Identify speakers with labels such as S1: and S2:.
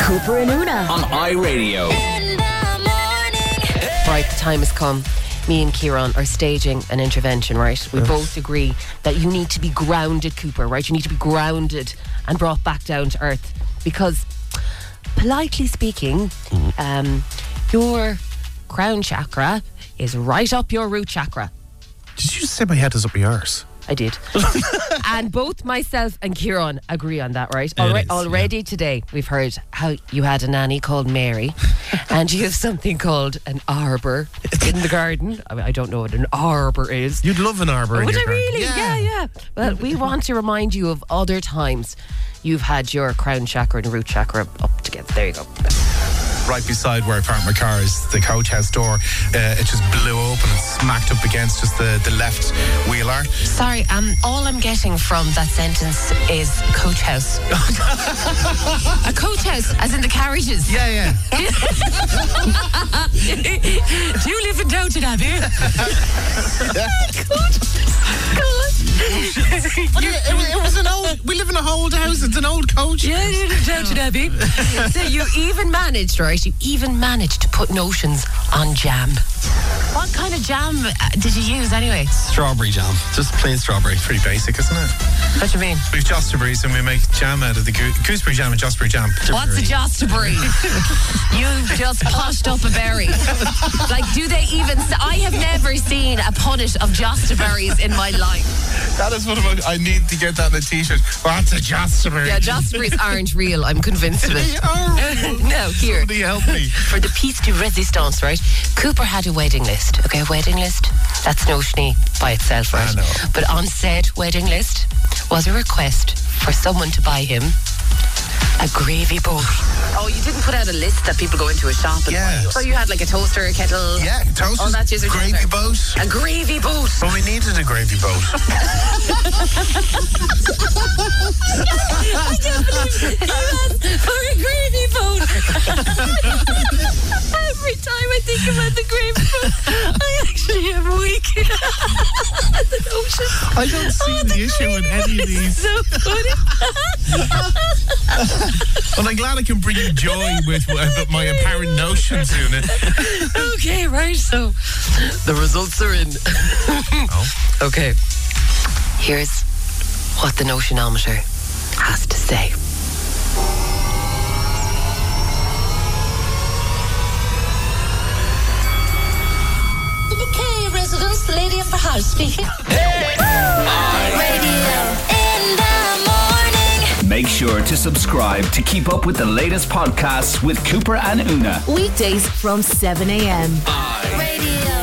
S1: Cooper and Una.
S2: on iRadio.
S3: Right, the time has come. Me and Kieran are staging an intervention, right? We both agree that you need to be grounded, Cooper, right? You need to be grounded and brought back down to earth because, politely speaking, um, your crown chakra is right up your root chakra.
S4: Did you say my head is up your arse?
S3: I did. and both myself and Kieran agree on that, right?
S4: It
S3: Alre-
S4: is, yeah.
S3: already today, we've heard how you had a nanny called Mary and you have something called an arbor in the garden. I, mean, I don't know what an arbor is.
S4: You'd love an arbor. in
S3: Would
S4: your
S3: I
S4: garden.
S3: really? Yeah. yeah, Well, we want to remind you of other times you've had your crown chakra and root chakra up together. There you go.
S4: Right beside where I parked my car is the coach house door. Uh, it just blew open and smacked up against just the, the left wheel arch.
S3: Sorry, um, all I'm getting from that sentence is coach house. a coach house, as in the carriages.
S4: Yeah, yeah.
S3: Do you live in Downton Abbey? Oh,
S4: But it, it, was- it was an old. We live in a old house. It's an old coach.
S3: Yeah, you live in Downton Abbey. so you even managed, right? You even managed to put notions on jam. What kind of jam uh, did you use anyway?
S4: Strawberry jam, just plain strawberry. Pretty basic, isn't it?
S3: What do you mean?
S4: We've Jostaberries and we make jam out of the goo- gooseberry jam and Jostaberry jam.
S3: What's a Jostaberry? you just poshed up a berry. Like, do they even? I have never seen a punnet of Jostaberries in my life.
S4: That is what I'm, I need to get that on a t-shirt. What's a Jostaberry?
S3: Yeah, Jostaberries aren't real. I'm convinced of
S4: They
S3: it.
S4: are.
S3: no, here.
S4: Somebody help me.
S3: for the piece de resistance, right? Cooper had a wedding list, okay? A wedding list, that's notiony by itself, right?
S4: know.
S3: But on said wedding list was a request for someone to buy him a gravy boat. Oh, you didn't put out a list that people go into a shop and
S4: Yeah.
S3: buy. So you had like a toaster, a kettle.
S4: Yeah, toast.
S3: All that jizz or
S4: gravy
S3: jizz.
S4: boat.
S3: A gravy boat.
S4: Well, we needed a gravy boat.
S3: For a gravy boat. Every time I think about the gravy boat, I actually am weak. the notion.
S4: I don't see the issue with any of these.
S3: So funny.
S4: Well, I'm glad I can bring you joy with uh, my apparent notions, Una.
S3: Okay, right. So the results are in. Okay. Oh. Here's what the notionometer has to say.
S5: The McKay residence, Lady of the House speaking.
S2: Make sure to subscribe to keep up with the latest podcasts with Cooper and Una.
S1: Weekdays from 7 a.m.
S5: Radio.